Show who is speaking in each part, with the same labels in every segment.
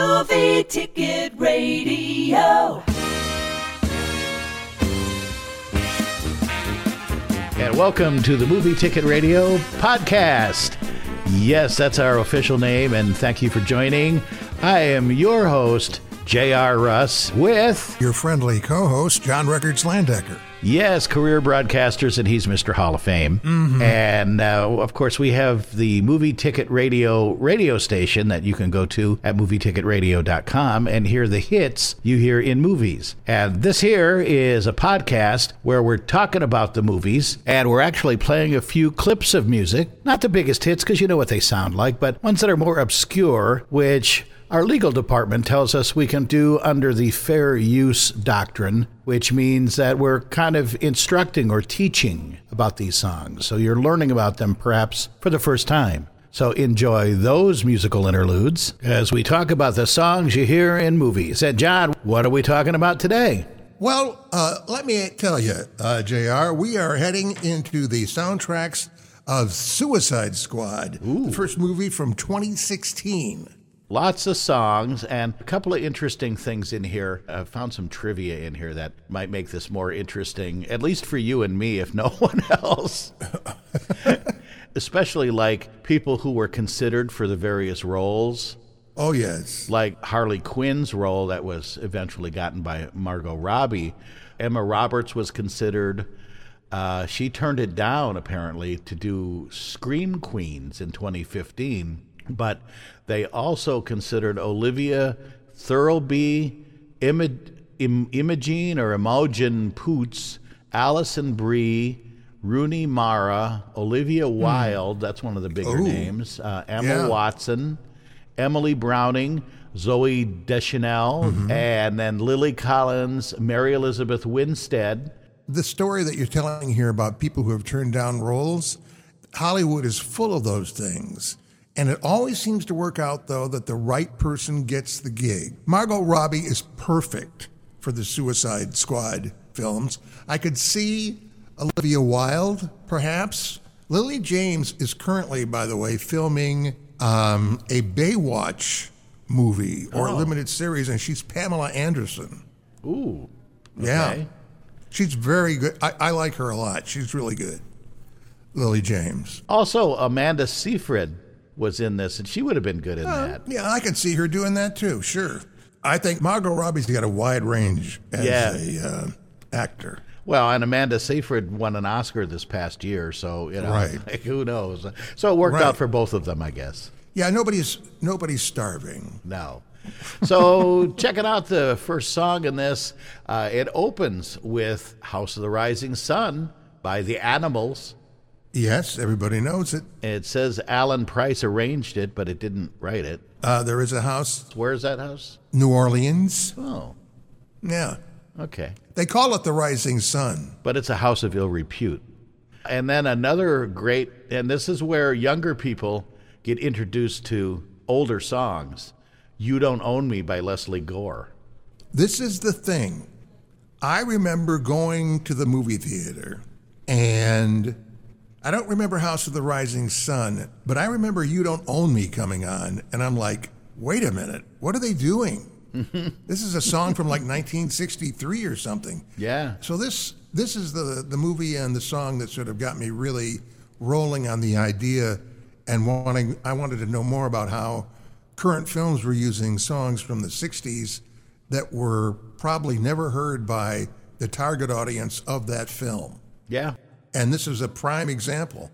Speaker 1: Free Ticket Radio.
Speaker 2: And welcome to the Movie Ticket Radio podcast. Yes, that's our official name, and thank you for joining. I am your host, J.R. Russ, with,
Speaker 3: your friendly co-host John Records Landecker.
Speaker 2: yes, career broadcasters, and he's Mr. Hall of Fame. And uh, of course, we have the Movie Ticket Radio radio station that you can go to at movieticket.radio.com and hear the hits you hear in movies. And this here is a podcast where we're talking about the movies and we're actually playing a few clips of music, not the biggest hits because you know what they sound like, but ones that are more obscure, which our legal department tells us we can do under the fair use doctrine, which means that we're kind of instructing or teaching about these songs. So you're learning about them perhaps for the first time. So enjoy those musical interludes as we talk about the songs you hear in movies. And John, what are we talking about today?
Speaker 3: Well, uh, let me tell you, uh, Jr. We are heading into the soundtracks of Suicide Squad, the first movie from 2016.
Speaker 2: Lots of songs and a couple of interesting things in here. I found some trivia in here that might make this more interesting, at least for you and me, if no one else. Especially like people who were considered for the various roles,
Speaker 3: Oh yes,
Speaker 2: like Harley Quinn's role that was eventually gotten by Margot Robbie. Emma Roberts was considered. Uh, she turned it down apparently to do Scream Queens in 2015, but they also considered Olivia Thirlby, Imi- Im- Imogene or Imogen Poots, Allison Brie, Rooney Mara, Olivia Wilde. That's one of the bigger
Speaker 3: Ooh.
Speaker 2: names. Uh, Emma
Speaker 3: Yeah.
Speaker 2: Watson, Emily Browning, Zoe Deschanel,
Speaker 3: Mm-hmm.
Speaker 2: and then Lily Collins, Mary Elizabeth Winstead.
Speaker 3: the story that you're telling here about people who have turned down roles, Hollywood is full of those things. And it always seems to work out, though, that the right person gets the gig. Margot Robbie is perfect for the Suicide Squad films. I could see Olivia Wilde, perhaps. Lily James is currently, by the way, filming um, a Baywatch movie or a limited series, and she's Pamela Anderson.
Speaker 2: Ooh.
Speaker 3: Yeah.
Speaker 2: okay.
Speaker 3: She's very good. I, I like her a lot. She's really good. Lily James.
Speaker 2: Also, Amanda Seyfried was in this, and she would have been good in that.
Speaker 3: Yeah, I could see her doing that too. Sure. I think Margot Robbie's got a wide range as
Speaker 2: Yeah.
Speaker 3: a uh, actor.
Speaker 2: Well, and Amanda Seyfried won an Oscar this past year, so you know,
Speaker 3: Right.
Speaker 2: like, who knows? So it worked
Speaker 3: Right.
Speaker 2: out for both of them, I guess.
Speaker 3: Yeah, nobody's nobody's starving.
Speaker 2: No. So checking out the first song in this, uh, it opens with "House of the Rising Sun" by the Animals.
Speaker 3: Yes, everybody knows it.
Speaker 2: It says Alan Price arranged it, but it didn't write it.
Speaker 3: Uh, there is a house,
Speaker 2: Where's that house?
Speaker 3: New Orleans.
Speaker 2: Oh,
Speaker 3: Yeah,
Speaker 2: okay.
Speaker 3: they call it the Rising Sun.
Speaker 2: But it's a house of ill repute. And then another great, and this is where younger people get introduced to older songs. You Don't Own Me by Leslie Gore.
Speaker 3: This is the thing. I remember going to the movie theater, and I don't remember House of the Rising Sun, but I remember You Don't Own Me coming on, and I'm like, wait a minute, what are they doing? this is a song from like 1963 or something.
Speaker 2: Yeah.
Speaker 3: So this this is the the movie and the song that sort of got me really rolling on the idea and wanting I wanted to know more about how current films were using songs from the 60s that were probably never heard by the target audience of that film.
Speaker 2: Yeah.
Speaker 3: And this is a prime example.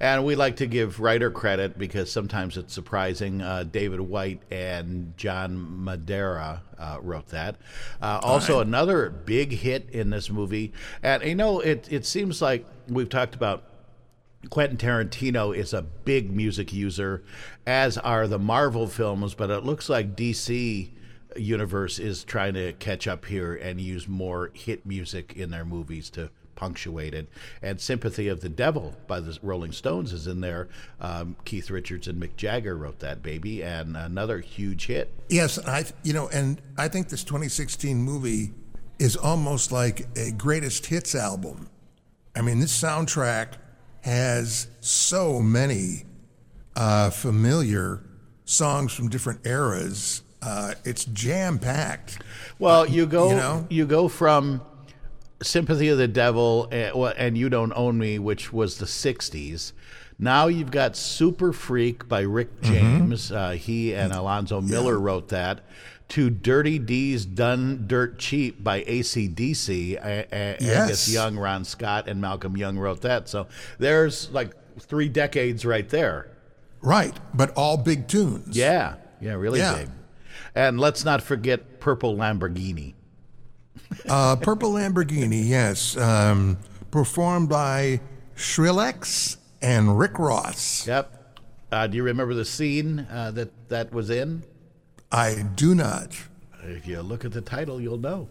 Speaker 2: And we like to give writer credit because sometimes it's surprising. Uh, David White and John Madera uh, wrote that. Uh, also, another big hit in this movie. And you know, it it seems like we've talked about Quentin Tarantino is a big music user, as are the Marvel films, but it looks like DC universe is trying to catch up here and use more hit music in their movies to punctuate it. And "Sympathy of the Devil" by the Rolling Stones is in there. Um, Keith Richards and Mick Jagger wrote that baby, and another huge hit.
Speaker 3: Yes, and I you know, and I think this 2016 movie is almost like a greatest hits album. I mean, this soundtrack has so many uh, familiar songs from different eras. Uh, it's jam packed.
Speaker 2: Well, you go you,
Speaker 3: You know?
Speaker 2: go from Sympathy of the Devil and, well, and You Don't Own Me, which was the 60s. Now you've got Super Freak by Rick
Speaker 3: Mm-hmm.
Speaker 2: James. Uh, he and Alonzo Miller wrote that. To Dirty D's Done Dirt Cheap by ACDC. I, I, I guess
Speaker 3: Yes.
Speaker 2: Young, Ron Scott, and Malcolm Young wrote that. So there's like three decades right there.
Speaker 3: Right, but all big tunes.
Speaker 2: Yeah. Yeah, really
Speaker 3: Yeah.
Speaker 2: big. And let's not forget Purple Lamborghini.
Speaker 3: Uh, Purple Lamborghini, yes. Um, performed by Shrillex and Rick Ross.
Speaker 2: Yep. Uh, do you remember the scene uh, that that was in?
Speaker 3: I do not.
Speaker 2: If you look at the title, you'll know.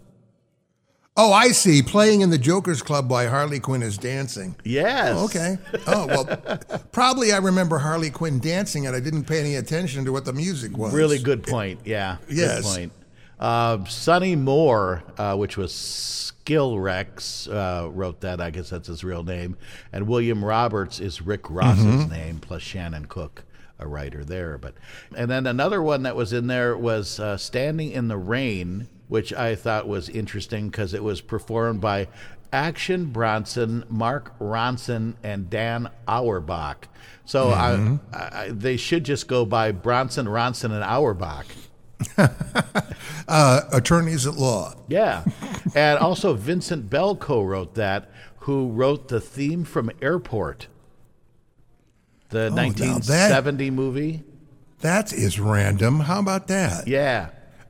Speaker 3: Oh, I see. Playing in the Joker's Club while Harley Quinn is dancing.
Speaker 2: Yes.
Speaker 3: Okay. Oh, well, probably I remember Harley Quinn dancing and I didn't pay any attention to what the music was.
Speaker 2: Really good point. Yeah. Good
Speaker 3: Yes.
Speaker 2: point. Uh, Sonny Moore, uh, which was Skill Rex, uh, wrote that. I guess that's his real name. And William Roberts is Rick Ross's name, plus Shannon Cook, a writer there. But and then another one that was in there was uh, Standing in the Rain, which I thought was interesting because it was performed by Action Bronson, Mark Ronson, and Dan Auerbach. So I, I, I- they should just go by Bronson, Ronson, and Auerbach.
Speaker 3: Uh, attorneys at law.
Speaker 2: Yeah. and also, Vincent Bell co wrote that, who wrote the theme from Airport, the
Speaker 3: now that-
Speaker 2: 1970 movie.
Speaker 3: That is random. How about that?
Speaker 2: Yeah.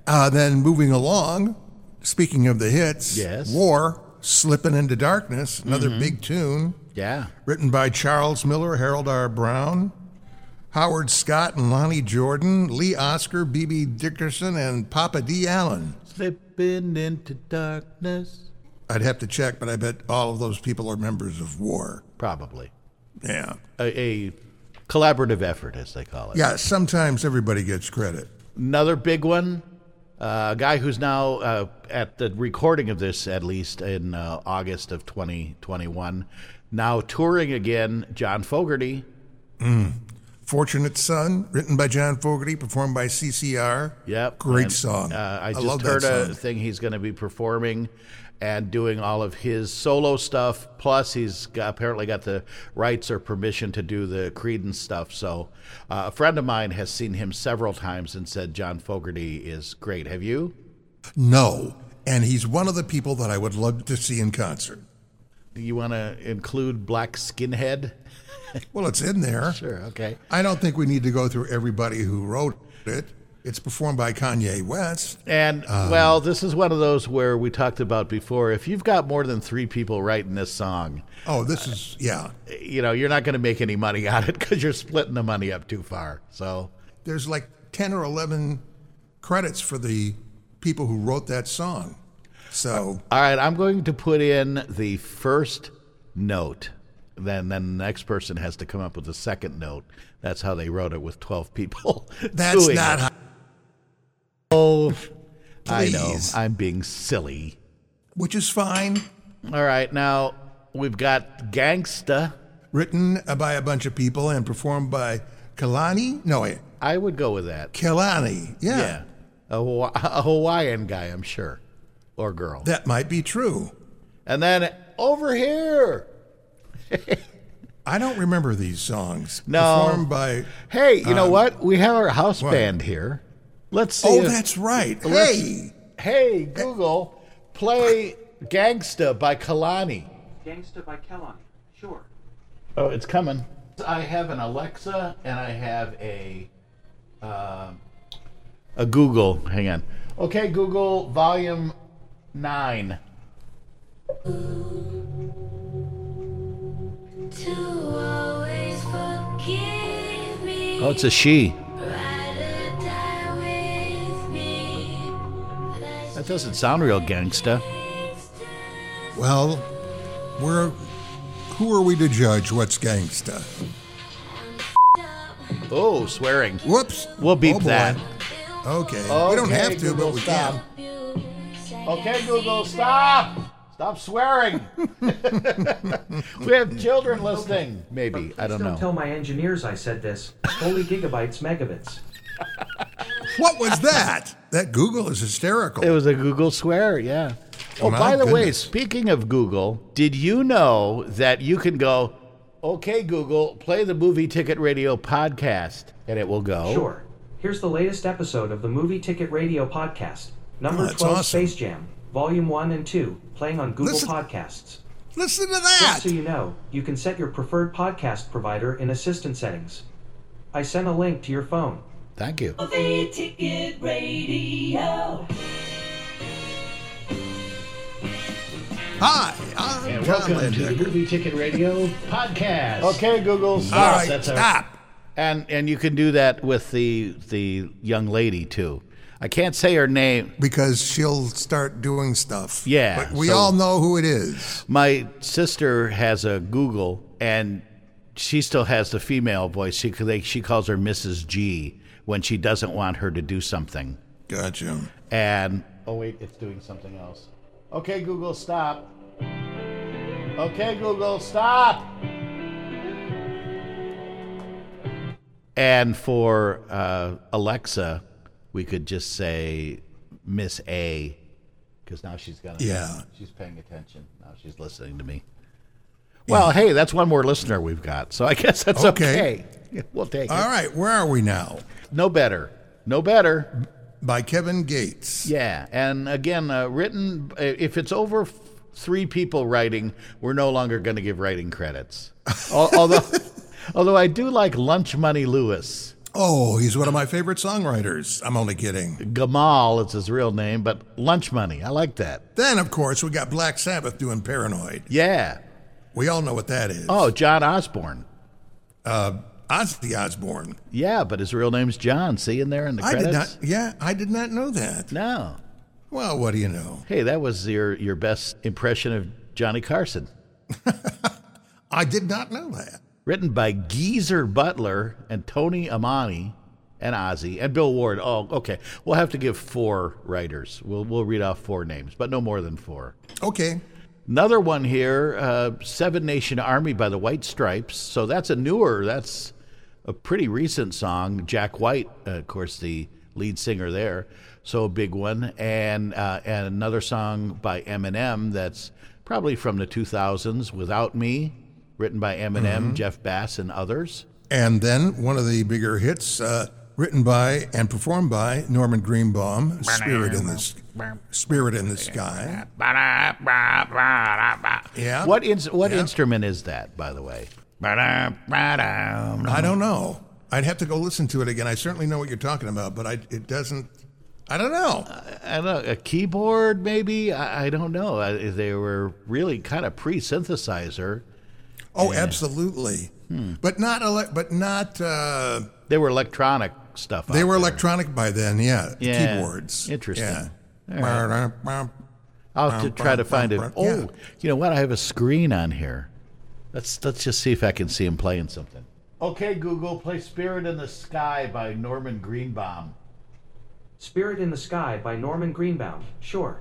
Speaker 3: Uh, then moving along, speaking of the hits,
Speaker 2: Yes. Mm-hmm.
Speaker 3: War, Slipping into Darkness, another big tune.
Speaker 2: Yeah.
Speaker 3: written by Charles Miller, Harold R. Brown, Howard Scott and Lonnie Jordan, Lee Oscar, B.B. Dickerson, and Papa D. Allen.
Speaker 2: Slipping into darkness.
Speaker 3: I'd have to check, but I bet all of those people are members of War.
Speaker 2: Probably.
Speaker 3: Yeah.
Speaker 2: A, a collaborative effort, as they call it.
Speaker 3: Yeah, sometimes everybody gets credit.
Speaker 2: Another big one, uh, a guy who's now uh, at the recording of this, at least in uh, August of 2021, now touring again, John Fogerty.
Speaker 3: Fortunate Son, written by John Fogerty, performed by CCR.
Speaker 2: Yep.
Speaker 3: Great
Speaker 2: And,
Speaker 3: song.
Speaker 2: Uh, I
Speaker 3: I
Speaker 2: just
Speaker 3: love
Speaker 2: heard
Speaker 3: that
Speaker 2: a
Speaker 3: song.
Speaker 2: thing he's going to be performing and doing all of his solo stuff. Plus, he's got, apparently got the rights or permission to do the Creedence stuff. So, uh, a friend of mine has seen him several times and said John Fogerty is great. Have you?
Speaker 3: No. And he's one of the people that I would love to see in concert.
Speaker 2: Do you want to include Black Skinhead?
Speaker 3: Well, it's in there.
Speaker 2: Sure. Okay.
Speaker 3: I don't think we need to go through everybody who wrote it. It's performed by Kanye West.
Speaker 2: And
Speaker 3: Um,
Speaker 2: well, this is one of those where we talked about before. If you've got more than three people writing this song,
Speaker 3: Oh, this is yeah.
Speaker 2: you know you're not going to make any money on it because you're splitting the money up too far. So
Speaker 3: There's like ten or eleven credits for the people who wrote that song. So
Speaker 2: All right, I'm going to put in the first note. Then, then the next person has to come up with the second note. That's how they wrote it with 12 people.
Speaker 3: that's
Speaker 2: doing
Speaker 3: not
Speaker 2: it.
Speaker 3: how.
Speaker 2: Oh, I know.
Speaker 3: Please.
Speaker 2: I'm being silly.
Speaker 3: Which is fine.
Speaker 2: All right, now we've got Gangsta.
Speaker 3: Written by a bunch of people and performed by Kalani. No, wait,
Speaker 2: I would go with that.
Speaker 3: Kalani. Yeah,
Speaker 2: Yeah. A, Hawa- a Hawaiian guy, I'm sure, or girl.
Speaker 3: that might be true.
Speaker 2: And then over here.
Speaker 3: I don't remember these songs.
Speaker 2: No.
Speaker 3: Performed by.
Speaker 2: Hey, you know Um, what? We have our house band here. Let's see.
Speaker 3: Oh,
Speaker 2: if-
Speaker 3: that's right.
Speaker 2: Let's-
Speaker 3: Hey.
Speaker 2: Hey, Google, play Gangsta by Kalani.
Speaker 4: Gangsta by Kellani. Sure.
Speaker 2: Oh, it's coming. I have an Alexa and I have a um a Google. Hang on. Okay, Google, volume 9.
Speaker 5: To always forgive me.
Speaker 2: Oh, it's a she.
Speaker 5: Ride or die with me. That's
Speaker 2: That doesn't sound real gangsta.
Speaker 3: Well, we're. Who are we to judge what's gangsta?
Speaker 5: up.
Speaker 2: Oh, swearing.
Speaker 3: Whoops.
Speaker 2: We'll beep
Speaker 3: Oh, boy.
Speaker 2: that.
Speaker 3: Okay. we don't
Speaker 2: Okay,
Speaker 3: have to,
Speaker 2: Google,
Speaker 3: but we
Speaker 2: stop.
Speaker 3: can.
Speaker 5: Abuse. I
Speaker 2: Okay,
Speaker 5: can
Speaker 2: Google,
Speaker 5: see
Speaker 2: stop. Stop swearing. we have children listening. Maybe. I
Speaker 4: Please
Speaker 2: don't
Speaker 4: don't
Speaker 2: know.
Speaker 4: tell my engineers I said this. Holy gigabytes, megabits.
Speaker 3: What was that? That Google is hysterical.
Speaker 2: It was a Google swear, yeah. Oh,
Speaker 3: my
Speaker 2: by the way,
Speaker 3: goodness.
Speaker 2: speaking of Google, did you know that you can go, okay, Google, play the movie ticket radio podcast, and it will
Speaker 3: Oh.
Speaker 2: go.
Speaker 4: Sure. Here's the latest episode of the Movie Ticket Radio podcast, number
Speaker 3: Oh, that's
Speaker 4: 12
Speaker 3: awesome.
Speaker 4: Space Jam, volume 1 and 2, playing on Google
Speaker 3: Listen-
Speaker 4: Podcasts.
Speaker 3: Listen to
Speaker 4: Just
Speaker 3: that.
Speaker 4: so you know, you can set your preferred podcast provider in assistant settings. I sent a link to your phone.
Speaker 2: Thank you.
Speaker 1: Movie Ticket Radio.
Speaker 3: Hi, I'm
Speaker 2: And
Speaker 3: Tom
Speaker 2: welcome to the
Speaker 3: Lineker.
Speaker 2: Movie Ticket Radio podcast. Okay, Google, stop.
Speaker 3: All right,
Speaker 2: That's our-
Speaker 3: stop.
Speaker 2: And and you can do that with the the young lady too. I can't say her name.
Speaker 3: Because she'll start doing stuff.
Speaker 2: Yeah,
Speaker 3: But we
Speaker 2: so-
Speaker 3: all know who it is.
Speaker 2: My sister has a Google, and she still has the female voice. She they, she calls her Mrs. G when she doesn't want her to do something.
Speaker 3: Gotcha.
Speaker 2: And oh wait, it's doing something else. Okay, Google, stop. Okay, Google, stop. And for uh, Alexa, we could just say Miss A, because now she's got.
Speaker 3: Yeah.
Speaker 2: she's paying attention now. She's listening to me. Well, hey, that's one more listener we've got, so I guess that's okay.
Speaker 3: Okay.
Speaker 2: We'll take it.
Speaker 3: All right, where are we now?
Speaker 2: No better. No better.
Speaker 3: By Kevin Gates.
Speaker 2: Yeah, and again, uh, written. uh, If it's over f- three people writing, we're no longer going to give writing credits. Al- although, although I do like Lunch Money Lewis.
Speaker 3: Oh, he's one of my favorite songwriters. I'm only kidding.
Speaker 2: Gamal is his real name, but Lunch Money, I like that.
Speaker 3: Then, of course, we got Black Sabbath doing Paranoid.
Speaker 2: Yeah.
Speaker 3: We all know what that is.
Speaker 2: Oh, John Osborne.
Speaker 3: Ozzy Osbourne.
Speaker 2: Yeah, but his real name's John. See in there in the
Speaker 3: I
Speaker 2: credits.
Speaker 3: did not. Yeah, I did not know that.
Speaker 2: No.
Speaker 3: Well, what do you know?
Speaker 2: Hey, that was your your best impression of Johnny Carson.
Speaker 3: I did not know that.
Speaker 2: written by Geezer Butler and Tony Amani and Ozzy and Bill Ward. Oh, okay. We'll have to give four writers. We'll we'll read off four names, but no more than four.
Speaker 3: Okay.
Speaker 2: Another one here, uh, Seven Nation Army by the White Stripes. So that's a newer, that's a pretty recent song. Jack White, uh, of course, the lead singer there. So a big one, and uh, and another song by Eminem that's probably from the 2000s, "Without Me," written by Eminem, Jeff Bass, and others.
Speaker 3: And then one of the bigger hits, uh, written by and performed by Norman Greenbaum, "Spirit in the S- Spirit in the Sky." Yeah.
Speaker 2: What ins- what
Speaker 3: Yeah.
Speaker 2: instrument is that, by the way?
Speaker 3: I don't know. I'd have to go listen to it again. I certainly know what you're talking about, but I, it doesn't. I don't know.
Speaker 2: I don't know, a keyboard maybe? I, I don't know. I, they were really kind of pre-synthesizer.
Speaker 3: Oh, absolutely.
Speaker 2: Hmm.
Speaker 3: But not. Ele- but not. Uh,
Speaker 2: They were electronic stuff.
Speaker 3: They
Speaker 2: out
Speaker 3: were
Speaker 2: there.
Speaker 3: electronic by then, yeah. the
Speaker 2: Yeah.
Speaker 3: Keyboards.
Speaker 2: Interesting.
Speaker 3: Yeah.
Speaker 2: I'll have to try to find it. Oh,
Speaker 3: Yeah.
Speaker 2: you know what? I have a screen on here. Let's let's just see if I can see him playing something. Okay, Google, play "Spirit in the Sky" by Norman Greenbaum.
Speaker 4: Spirit in the Sky by Norman Greenbaum. Sure.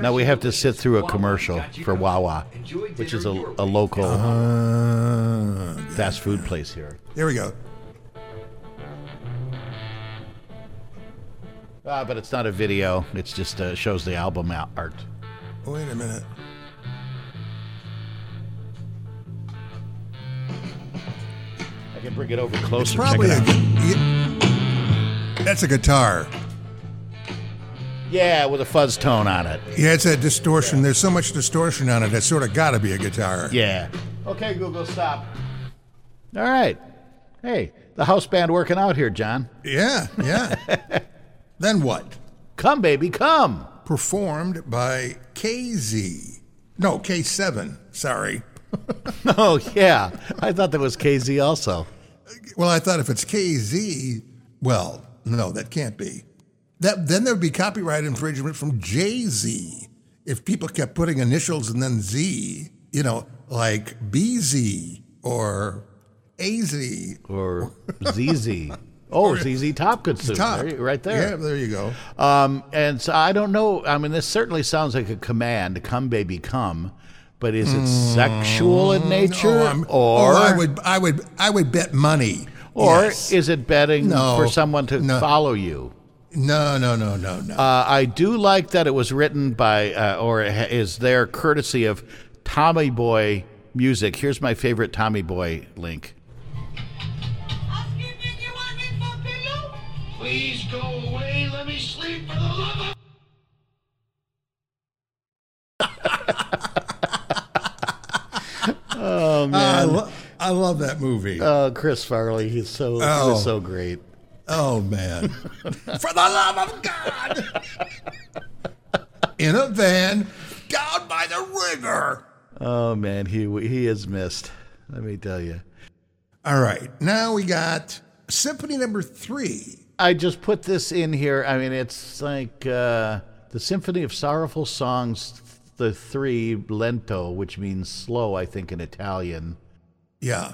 Speaker 2: Now we have to sit through a commercial for Wawa, which is a, a local
Speaker 3: Uh-huh. Uh,
Speaker 2: fast food place here.
Speaker 3: there we go.
Speaker 2: Ah, but it's not a video. It's just uh, shows the album out- art.
Speaker 3: Wait a minute.
Speaker 2: I can bring it over closer. Check
Speaker 3: Probably
Speaker 2: it
Speaker 3: a.
Speaker 2: out.
Speaker 3: yeah. That's a guitar.
Speaker 2: yeah, with a fuzz tone on it.
Speaker 3: Yeah, it's a distortion. There's so much distortion on it. That's sort of got to be a guitar.
Speaker 2: Yeah. Okay, Google, stop. All right. Hey, the house band working out here, John.
Speaker 3: Yeah. Yeah. then what?
Speaker 2: Come, baby, come.
Speaker 3: Performed by KZ. No, K7. Sorry.
Speaker 2: Oh, yeah. I thought that was KZ also.
Speaker 3: Well, I thought if it's KZ, well, no, that can't be. That then there'd be copyright infringement from Jay Z if people kept putting initials and then Z, you know, like BZ or AZ.
Speaker 2: Or ZZ. Oh, ZZ Top could suit.
Speaker 3: Top.
Speaker 2: There you- right there.
Speaker 3: Yeah, there you go.
Speaker 2: Um, and so I don't know. I mean, this certainly sounds like a command come, baby, come. But is it sexual in nature?
Speaker 3: Mm. Oh, I'm- oh,
Speaker 2: or
Speaker 3: I would, I would, I would bet money
Speaker 2: Or
Speaker 3: Yes.
Speaker 2: is it betting
Speaker 3: No.
Speaker 2: for someone to
Speaker 3: No.
Speaker 2: follow you?
Speaker 3: No, no, no, no, no.
Speaker 2: Uh, I do like that it was written by, uh, or ha- is there courtesy of Tommy Boy Music. Here's my favorite Tommy Boy link.
Speaker 6: Please go away. Let me sleep for the love of.
Speaker 3: I, lo- I love that movie.
Speaker 2: Oh, Chris Farley, he's so he was
Speaker 3: Oh.
Speaker 2: so great.
Speaker 3: oh man! For the love of God! In a van, down by the river.
Speaker 2: Oh man, he he is missed. Let me tell you.
Speaker 3: All right, now we got Symphony Number Three.
Speaker 2: I just put this in here. I mean, it's like uh, the Symphony of Sorrowful Songs, the three lento, which means slow, I think, in Italian.
Speaker 3: Yeah.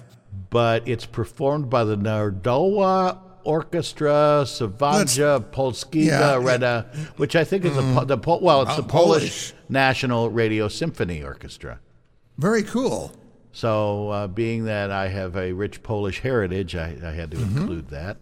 Speaker 2: But it's performed by the Nardowa Orchestra, Savangia Polskiego
Speaker 3: yeah,
Speaker 2: Reda, which I think is the po- the po- well, it's
Speaker 3: Uh,
Speaker 2: the Polish,
Speaker 3: Polish.
Speaker 2: National Radio Symphony Orchestra.
Speaker 3: Very cool.
Speaker 2: So, uh, being that I have a rich Polish heritage, I, I had to include that.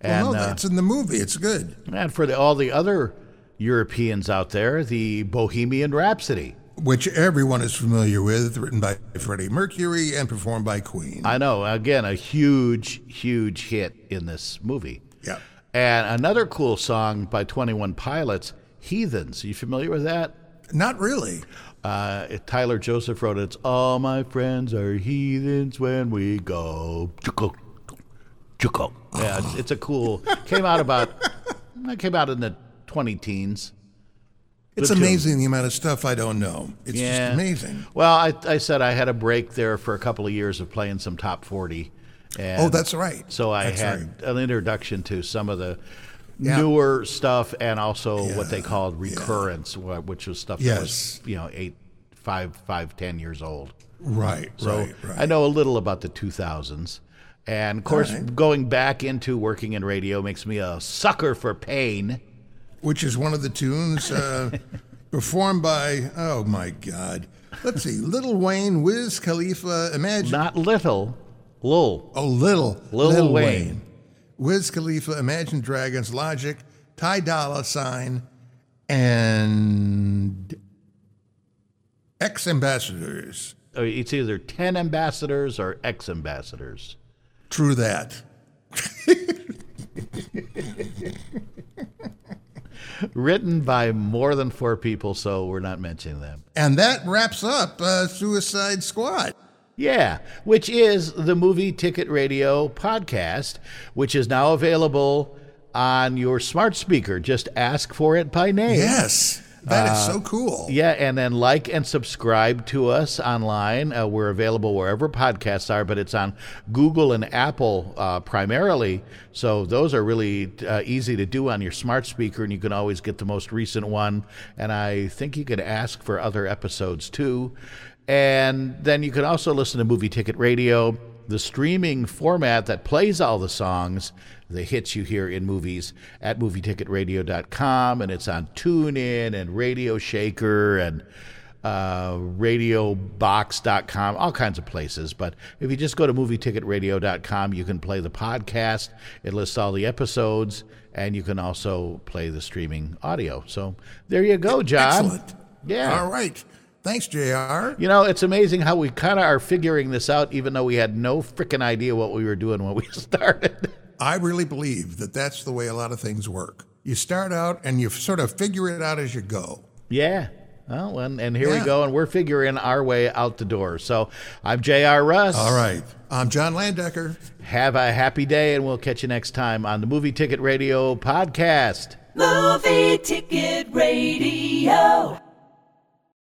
Speaker 2: And
Speaker 3: Mm-hmm. well, no,
Speaker 2: uh,
Speaker 3: that's in the movie. It's good.
Speaker 2: And for the, all the other Europeans out there, the Bohemian Rhapsody.
Speaker 3: Which everyone is familiar with, written by Freddie Mercury and performed by Queen.
Speaker 2: I know, again, a huge, huge hit in this movie.
Speaker 3: yeah.
Speaker 2: And another cool song by 21 Pilots, Heathens. You familiar with that?
Speaker 3: Not really.
Speaker 2: Uh, Tyler Joseph wrote it. It's All My Friends Are Heathens When We Go. Chuko. Chuko. Yeah, it's, it's a cool. Came out about. It came out in the 20 teens.
Speaker 3: It's
Speaker 2: Good tune.
Speaker 3: amazing the amount of stuff I don't know. It's just amazing.
Speaker 2: Well, I, I said I had a break there for a couple of years of playing some top 40. And
Speaker 3: Oh, that's right.
Speaker 2: So I
Speaker 3: That's
Speaker 2: had
Speaker 3: right.
Speaker 2: an introduction to some of the
Speaker 3: Yeah.
Speaker 2: newer stuff and also what they
Speaker 3: Yeah,
Speaker 2: called recurrence, wh- which was stuff that was,
Speaker 3: Yes.
Speaker 2: you know, eight, five, five, ten years old.
Speaker 3: Right,
Speaker 2: So
Speaker 3: right, right.
Speaker 2: I know a little about the 2000s. And of course,
Speaker 3: right.
Speaker 2: going back into working in radio makes me a sucker for pain.
Speaker 3: Which is one of the tunes uh, performed by, oh my God. Let's see, Little Wayne, Wiz Khalifa, Imagine.
Speaker 2: Not little, lul.
Speaker 3: oh, Little.
Speaker 2: Lil Wayne.
Speaker 3: Wiz Khalifa, Imagine Dragons, Logic, Ty Dolla Sign, and ex ambassadors.
Speaker 2: Uh, it's either 10 ambassadors or ex ambassadors.
Speaker 3: True that.
Speaker 2: Written by more than four people, so we're not mentioning them.
Speaker 3: And that wraps up uh, Suicide Squad.
Speaker 2: Yeah, which is the Movie Ticket Radio podcast, which is now available on your smart speaker. Just ask for it by name.
Speaker 3: Yes, that is so cool.
Speaker 2: Uh, Yeah, and then like and subscribe to us online. Uh, we're available wherever podcasts are, but it's on Google and Apple uh, primarily. So those are really uh, easy to do on your smart speaker, and you can always get the most recent one. And I think you can ask for other episodes too. And then you can also listen to Movie Ticket Radio, the streaming format that plays all the songs, the hits you hear in movies at movieticket.radio.com. And it's on TuneIn and Radio Shaker and uh, radiobox.com, all kinds of places. But if you just go to movieticket.radio.com, you can play the podcast. It lists all the episodes, and you can also play the streaming audio. So there you go, John.
Speaker 3: Excellent.
Speaker 2: Yeah.
Speaker 3: All right. Thanks, JR.
Speaker 2: You know, it's amazing how we kind of are figuring this out, even though we had no freaking idea what we were doing when we started.
Speaker 3: I really believe that that's the way a lot of things work. You start out and you sort of figure it out as you go.
Speaker 2: yeah. Well, and, and here we
Speaker 3: Yeah.
Speaker 2: go, and we're figuring our way out the door. So I'm J.R. Russ.
Speaker 3: All right. I'm John Landecker.
Speaker 2: Have a happy day, and we'll catch you next time on the Movie Ticket Radio podcast.
Speaker 1: Movie Ticket Radio.